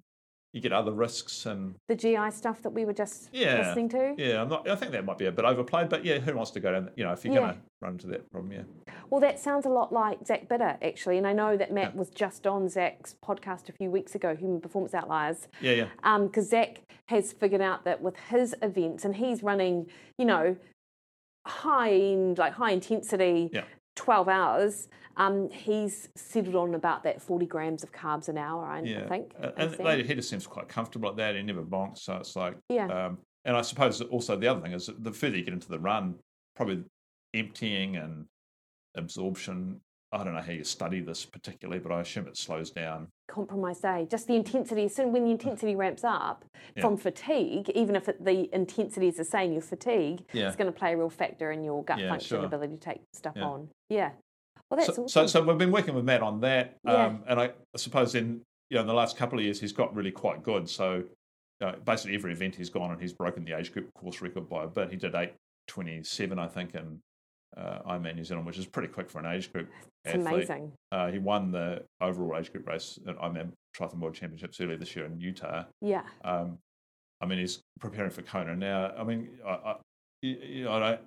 you get other risks and
the GI stuff that we were just
Yeah,
listening to.
Yeah, I'm not. I think that might be a bit overplayed, but yeah, who wants to go down? You know, if you're
Yeah.
going to run into that problem, yeah.
Well, that sounds a lot like Zach Bitter, actually. And I know that Matt was just on Zach's podcast a few weeks ago, Human Performance Outliers,
Yeah, yeah.
because Zach has figured out that with his events, and he's running, you know, high end, like high intensity,
Yeah.
12 hours, um, he's settled on about that 40 grams of carbs an hour, I, I
yeah.
think.
Uh,
I
and
think.
Lady Hedder seems quite comfortable at that. He never bonks, so it's like.
Yeah.
Um, and I suppose that also the other thing is that the further you get into the run, probably emptying and absorption. I don't know how you study this particularly, but I assume it slows down.
compromise day. Just the intensity. So when the intensity ramps up from fatigue, even if it, the intensity is the same, your fatigue
Yeah.
it's going to play a real factor in your gut
Yeah,
function
sure.
ability to take stuff
Yeah.
on. Yeah. Well, that's
so,
awesome.
so, so we've been working with Matt on that,
Yeah.
um, and I, I suppose in you know in the last couple of years he's got really quite good. So uh, basically every event he's gone and he's broken the age group course record by a bit. He did eight twenty seven, I think, in uh, Ironman New Zealand, which is pretty quick for an age group.
it's
athlete.
amazing.
Uh, he won the overall age group race at Ironman Triathlon World Championships earlier this year in Utah.
Yeah.
Um, I mean, he's preparing for Kona now. I mean, I, I, you- you know, I don't,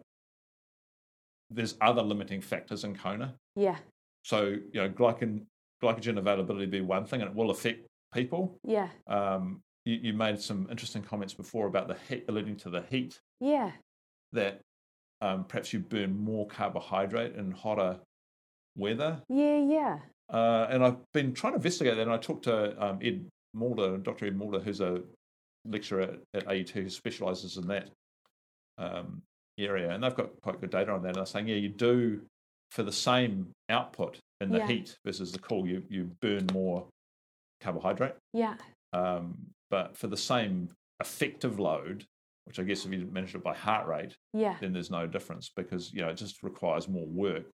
there's other limiting factors in Kona.
Yeah.
So you know, glycan, glycogen availability be one thing, and it will affect people.
Yeah.
Um, you, you made some interesting comments before about the heat, alluding to the heat
Yeah.
that um, perhaps you burn more carbohydrate in hotter weather.
Yeah. Yeah.
Uh, and I've been trying to investigate that. And I talked to um, Ed Mulder, Dr. Ed Mulder, who's a lecturer at, at AET who specialises in that um, area. And they've got quite good data on that. And they're saying, yeah, you do for the same output in the
Yeah.
heat versus the cool, you, you burn more carbohydrate.
Yeah.
Um, but for the same effective load, which I guess if you measure it by heart rate,
Yeah.
then there's no difference because you know it just requires more work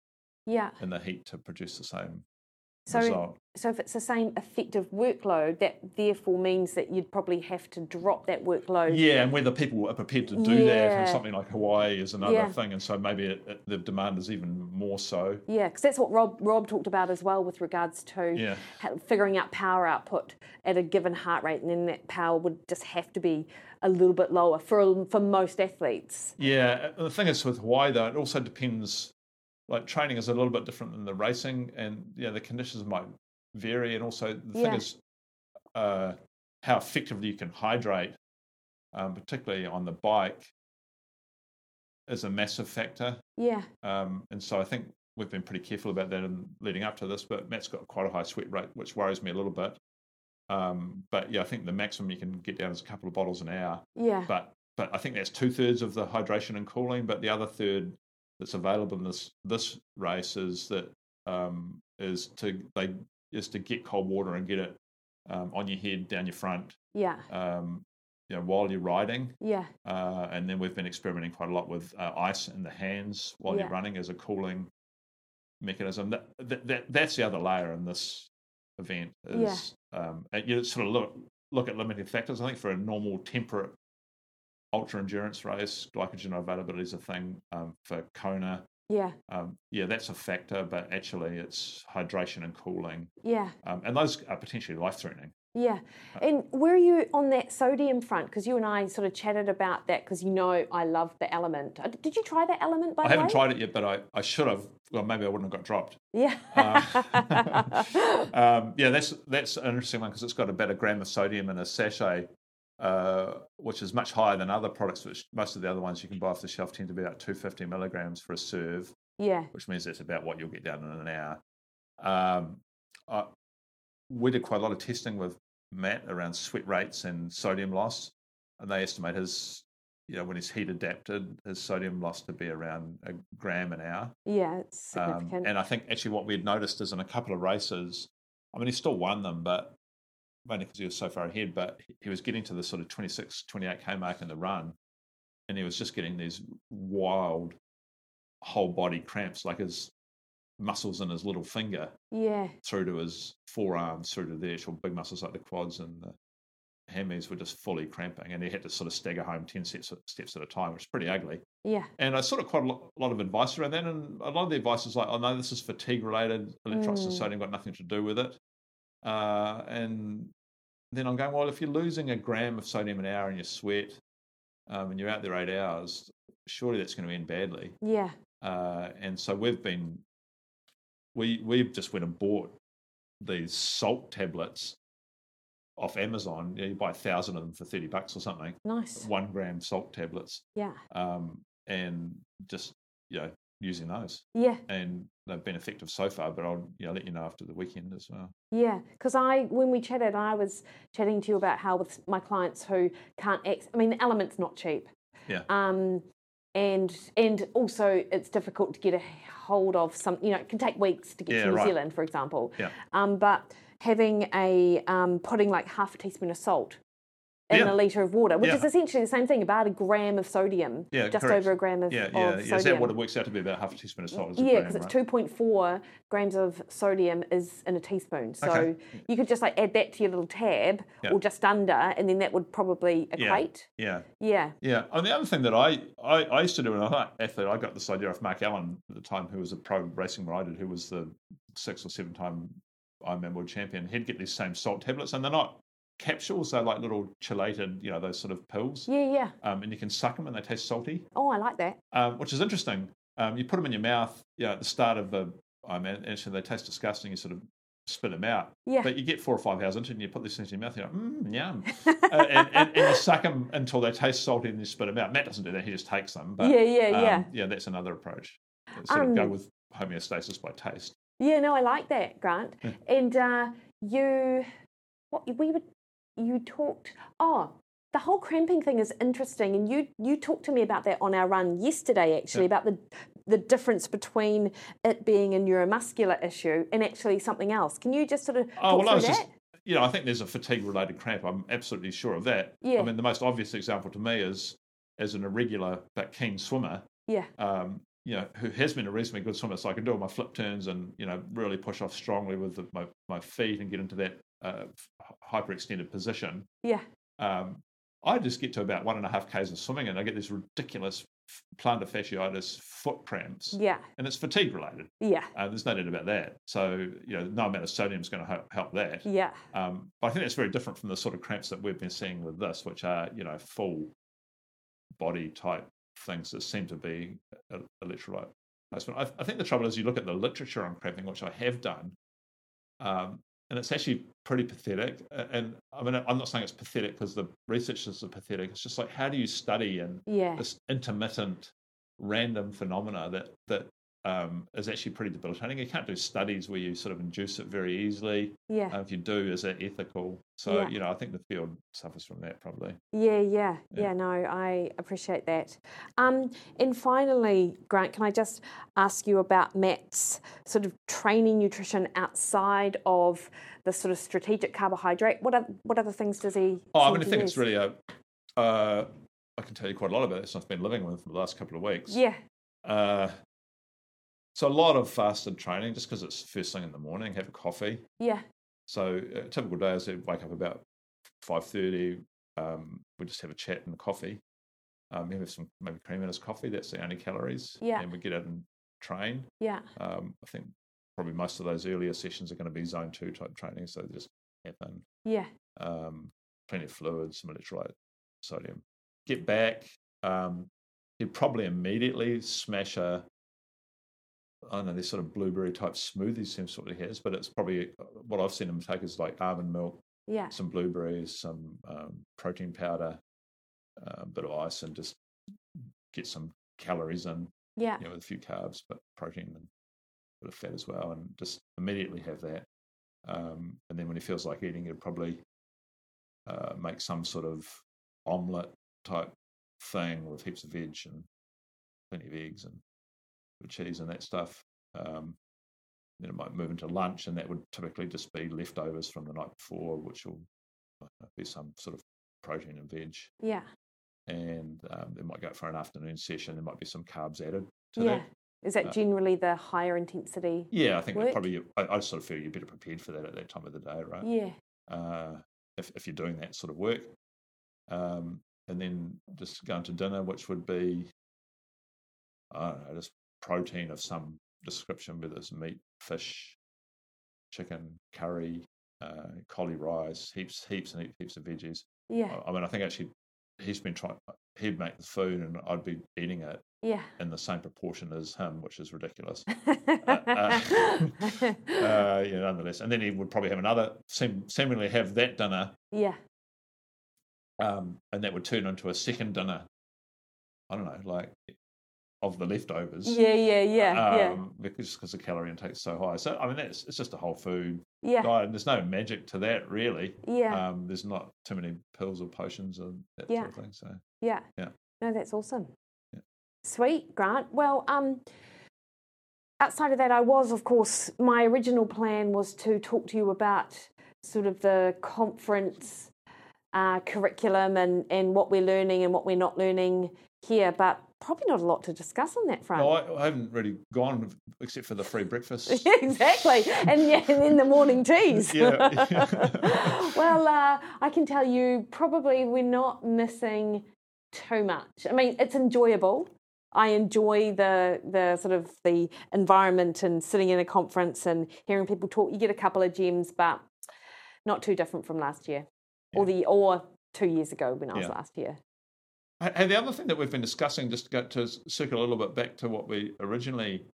Yeah.
in the heat to produce the same
So,
result.
so if it's the same effective workload, that therefore means that you'd probably have to drop that workload.
Yeah, and whether people are prepared to do that,
Yeah.
and something like Hawaii is another
Yeah.
thing, and so maybe it, it- the demand is even more so.
Yeah, because that's what Rob Rob talked about as well with regards to
Yeah.
ha- figuring out power output at a given heart rate, and then that power would just have to be a little bit lower for for most athletes.
Yeah, uh, the thing is with Hawaii though, it also depends. Like training is a little bit different than the racing, and yeah, the conditions might vary, and also the
Yeah.
thing is uh, how effectively you can hydrate, um, particularly on the bike, is a massive factor.
Yeah,
Um, and so I think we've been pretty careful about that in leading up to this, but Matt's got quite a high sweat rate, which worries me a little bit. Um, but yeah, I think the maximum you can get down is a couple of bottles an hour.
yeah,
But but I think that's two thirds of the hydration and cooling. But the other third that's available in this this race is that um, is to they is to get cold water and get it um, on your head, down your front,
yeah,
um, you know, while you're riding.
yeah,
Uh, and then we've been experimenting quite a lot with uh, ice in the hands while
Yeah.
you're running as a cooling mechanism. That, that, that that's the other layer in this event
Yeah.
is um, and you sort of look look at limiting factors. I think for a normal temperate ultra endurance race, glycogen availability is a thing um, for Kona.
yeah,
Um, yeah, that's a factor, but actually it's hydration and cooling,
yeah.
um, and those are potentially life threatening.
Yeah.
Uh
And where are you on that sodium front? Because you and I sort of chatted about that because you know I love the element. Uh, Did you try the element by
I
the
haven't
way?
tried it yet, but I, I should have. Well, maybe I wouldn't have got dropped.
Yeah.
Uh, um, yeah, that's that's an interesting one because it's got about a gram of sodium in a sachet, uh, which is much higher than other products. Which most of the other ones you can buy off the shelf tend to be about two fifty milligrams for a serve,
yeah.
which means that's about what you'll get down in an hour. Um, I, we did quite a lot of testing with Matt around sweat rates and sodium loss, and they estimate his, you know, when he's heat adapted, his sodium loss to be around a gram an hour.
Yeah. It's
Um,
significant.
and I think actually what we'd noticed is in a couple of races, I mean, he still won them, but mainly because he was so far ahead, but he- he was getting to the sort of 26, 28K mark in the run. And he was just getting these wild whole body cramps, like his muscles in his little finger
yeah.
through to his forearms, through to the actual big muscles like the quads and the hammies were just fully cramping. And he had to sort of stagger home 10 steps, steps at a time, which is pretty ugly.
Yeah.
And I sort of quite a lot, lot of advice around that. And a lot of the advice is like, oh no, this is fatigue related. Electrolytes and
Mm.
sodium got nothing to do with it. Uh, and then I'm going, well, if you're losing a gram of sodium an hour in your sweat um, and you're out there eight hours, surely that's going to end badly.
Yeah.
Uh, and so we've been, we we've just went and bought these salt tablets off Amazon. You, know, you buy a thousand of them for thirty bucks or something.
Nice.
One gram salt tablets
Yeah.
um, and just you know using those
Yeah.
and they've been effective so far but i'll you know, let you know after the weekend as well
Yeah, because I when we chatted, I was chatting to you about how with my clients who can't ex- I mean, the element's not cheap.
Yeah.
Um, and and also it's difficult to get a hold of some. You know, it can take weeks to get
Yeah,
to New
right.
Zealand, for example.
Yeah.
Um, but having a um, putting like half a teaspoon of salt in
Yeah.
a liter of water, which
Yeah.
is essentially the same thing, about a gram of sodium.
Yeah,
Just
correct.
over a gram of,
yeah
of
yeah,
sodium.
yeah is that what it works out to be about half a teaspoon of salt is a
Oh, Yeah,
gram,
because it's
right?
two point four grams of sodium is in a teaspoon. So
Okay.
you could just like add that to your little tab,
Yeah.
or just under, and then that would probably equate.
yeah
Yeah,
yeah and the other thing that i i, I used to do when i was an athlete i got this idea off mark allen at the time who was a pro racing rider who was the six or seven time ironman world champion he'd get these same salt tablets and they're not capsules they're like little chelated you know those sort of pills
yeah, yeah.
um, and you can suck them and they taste salty
Oh, I like that.
um, which is interesting. Um, you put them in your mouth, you know, at the start of the, I mean, actually they taste disgusting. You sort of spit them out,
Yeah,
but you get four or five hours into it, and you put these things in your mouth, you're like, mmm, yum, uh, and, and, and you suck them until they taste salty, and you spit them out. Matt doesn't do that; he just takes them. But
yeah, yeah,
um,
yeah.
yeah, that's another approach. Sort of
Um,
go with homeostasis by taste.
Yeah, no, I like that, Grant.
Yeah.
And uh, you, what we were, you talked. Oh, the whole cramping thing is interesting, and you you talked to me about that on our run yesterday, actually,
Yeah.
about the the difference between it being a neuromuscular issue and actually something else. Can you just sort of talk
Oh, well, I
through
was
that?
just, you know, I think there's a fatigue related cramp. I'm absolutely sure of that.
Yeah.
I mean, the most obvious example to me is as an irregular but keen swimmer,
yeah,
um, you know, who has been a reasonably good swimmer, so I can do all my flip turns and you know really push off strongly with the, my my feet and get into that uh, hyperextended position.
Yeah.
Um, I just get to about one and a half k's of swimming and I get this ridiculous f- plantar fasciitis foot cramps,
Yeah.
and it's fatigue related.
Yeah.
Uh, there's no doubt about that. So you know, no amount of sodium is going to help that.
Yeah.
Um, but I think that's very different from the sort of cramps that we've been seeing with this, which are you know full body type things that seem to be a, a electrolyte placement. I, I think the trouble is you look at the literature on cramping, which I have done, um, and it's actually pretty pathetic. A- And I mean, I'm not saying it's pathetic because the researchers are pathetic. It's just like how do you study and
Yeah.
this intermittent random phenomena that that um, is actually pretty debilitating. You can't do studies where you sort of induce it very easily.
Yeah.
Uh, if you do, is it ethical? So
Yeah.
you know, I think the field suffers from that probably.
Yeah, yeah,
Yeah.
yeah. No, I appreciate that. Um, and finally, Grant, can I just ask you about Matt's sort of training nutrition outside of the sort of strategic carbohydrate? What are, what other things does he?
Oh, I
seem
mean, I
to
think it's
use?
really a. Uh, I can tell you quite a lot about this. I've been living with for the last couple of weeks.
Yeah,
Uh, so a lot of fasted training, just because it's first thing in the morning. Have a coffee.
yeah,
So a typical day is we wake up about five thirty. Um, we just have a chat and coffee. Um, maybe some maybe cream in his coffee. That's the only calories.
Yeah.
And we get out and train.
yeah,
Um, I think probably most of those earlier sessions are going to be zone two type training. So just happen.
yeah,
Um, plenty of fluids, some electrolyte, sodium. Get back. Um, you'd probably immediately smash a. I don't know, this sort of blueberry type smoothie seems what he has, but it's probably uh, what I've seen him take is like almond milk,
yeah,
some blueberries, some um, protein powder, a bit of ice, and just get some calories in,
yeah,
you know, with a few carbs, but protein and a bit of fat as well, and just immediately have that. Um, and then when he feels like eating, he'll probably uh, make some sort of omelette type thing with heaps of veg and plenty of eggs and with cheese and that stuff. Um, then it might move into lunch, and that would typically just be leftovers from the night before, which will I don't know, be some sort of protein and veg.
yeah,
And um, they might go for an afternoon session. There might be some carbs added to
yeah.
that.
Is that
uh,
generally the higher intensity?
Yeah, I think that
work.
probably I, I sort of feel you're better prepared for that at that time of the day, right?
Yeah,
Uh, if if you're doing that sort of work, um, and then just going to dinner, which would be I don't know, just protein of some description, whether it's meat, fish, chicken, curry, uh, collie rice, heaps, heaps and heaps, heaps of veggies.
yeah,
I I mean, I think actually he's been trying. He'd make the food, and I'd be eating it
yeah.
in the same proportion as him, which is ridiculous.
uh,
uh, uh, yeah, nonetheless. And then he would probably have another, seem, seemingly have that dinner,
yeah,
um, and that would turn into a second dinner. I don't know, like of the leftovers.
yeah, yeah, yeah, yeah,
um, Because just because the calorie intake's so high. So I mean, that's it's just a whole food
yeah,
diet, and there's no magic to that really.
yeah.
Um, there's um, not too many pills or potions and that
Yeah.
sort of thing. So
Yeah.
Yeah.
No, that's awesome.
Yeah.
Sweet, Grant. Well, um, outside of that, I was, of course, my original plan was to talk to you about sort of the conference uh, curriculum and, and what we're learning and what we're not learning here, but probably not a lot to discuss on that front.
no, I, I haven't really gone except for the free breakfast.
exactly. And yeah, and then the morning teas.
Yeah, yeah.
well, uh, I can tell you probably we're not missing too much. I mean, it's enjoyable. I enjoy the the sort of the environment and sitting in a conference and hearing people talk. You get a couple of gems, but not too different from last year, or the or two years ago when I was
Yeah.
last year.
Hey, the other thing that we've been discussing, just to, go, to circle a little bit back to what we originally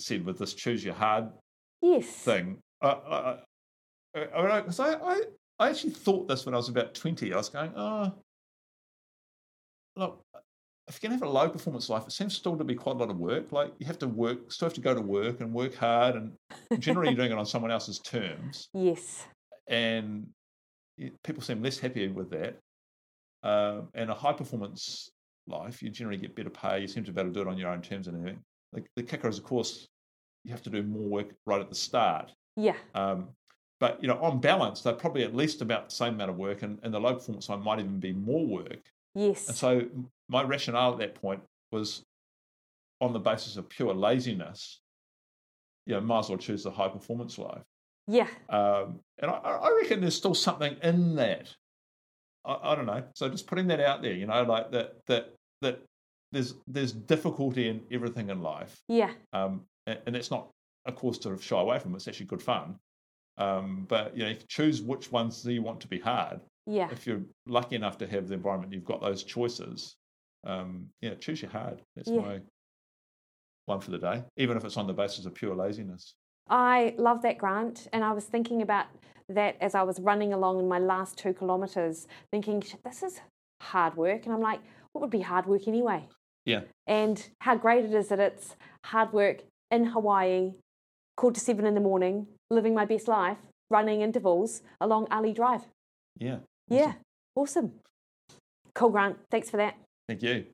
said with this choose your hard
Yes.
thing, uh, because I, I, uh, I, mean, 'cause I, I, I actually thought this when I was about 20. I was going, oh, look, if you're going to have a low performance life, it seems still to be quite a lot of work. Like you have to work, still have to go to work and work hard, and generally you're doing it on someone else's terms
Yes.
and it- people seem less happy with that. Um, and a high performance life, you generally get better pay. You seem to be able to do it on your own terms and everything. The, the kicker is, of course, you have to do more work right at the start.
Yeah.
Um, but you know, on balance, they're probably at least about the same amount of work, and, and the low performance one might even be more work.
Yes.
And so my rationale at that point was on the basis of pure laziness, you know, might as well choose the high performance life.
Yeah.
Um, and I, I reckon there's still something in that. I, I don't know. So just putting that out there, you know, like that that that there's there's difficulty in everything in life,
Yeah.
um, and, and that's not a course to shy away from. It's actually good fun. Um, but you know, you can choose which ones do you want to be hard.
Yeah.
If you're lucky enough to have the environment, you've got those choices. Um, yeah, choose your hard. That's
Yeah.
my one for the day, even if it's on the basis of pure laziness.
I love that, Grant. And I was thinking about that as I was running along in my last two kilometres, thinking, "Shit, this is hard work. And I'm like, what would be hard work anyway?
Yeah.
And how great it is that it's hard work in Hawaii, quarter to seven in the morning, living my best life, running intervals along Ali Drive.
Yeah.
Yeah. Awesome. Cool, Grant. Thanks for that.
Thank you.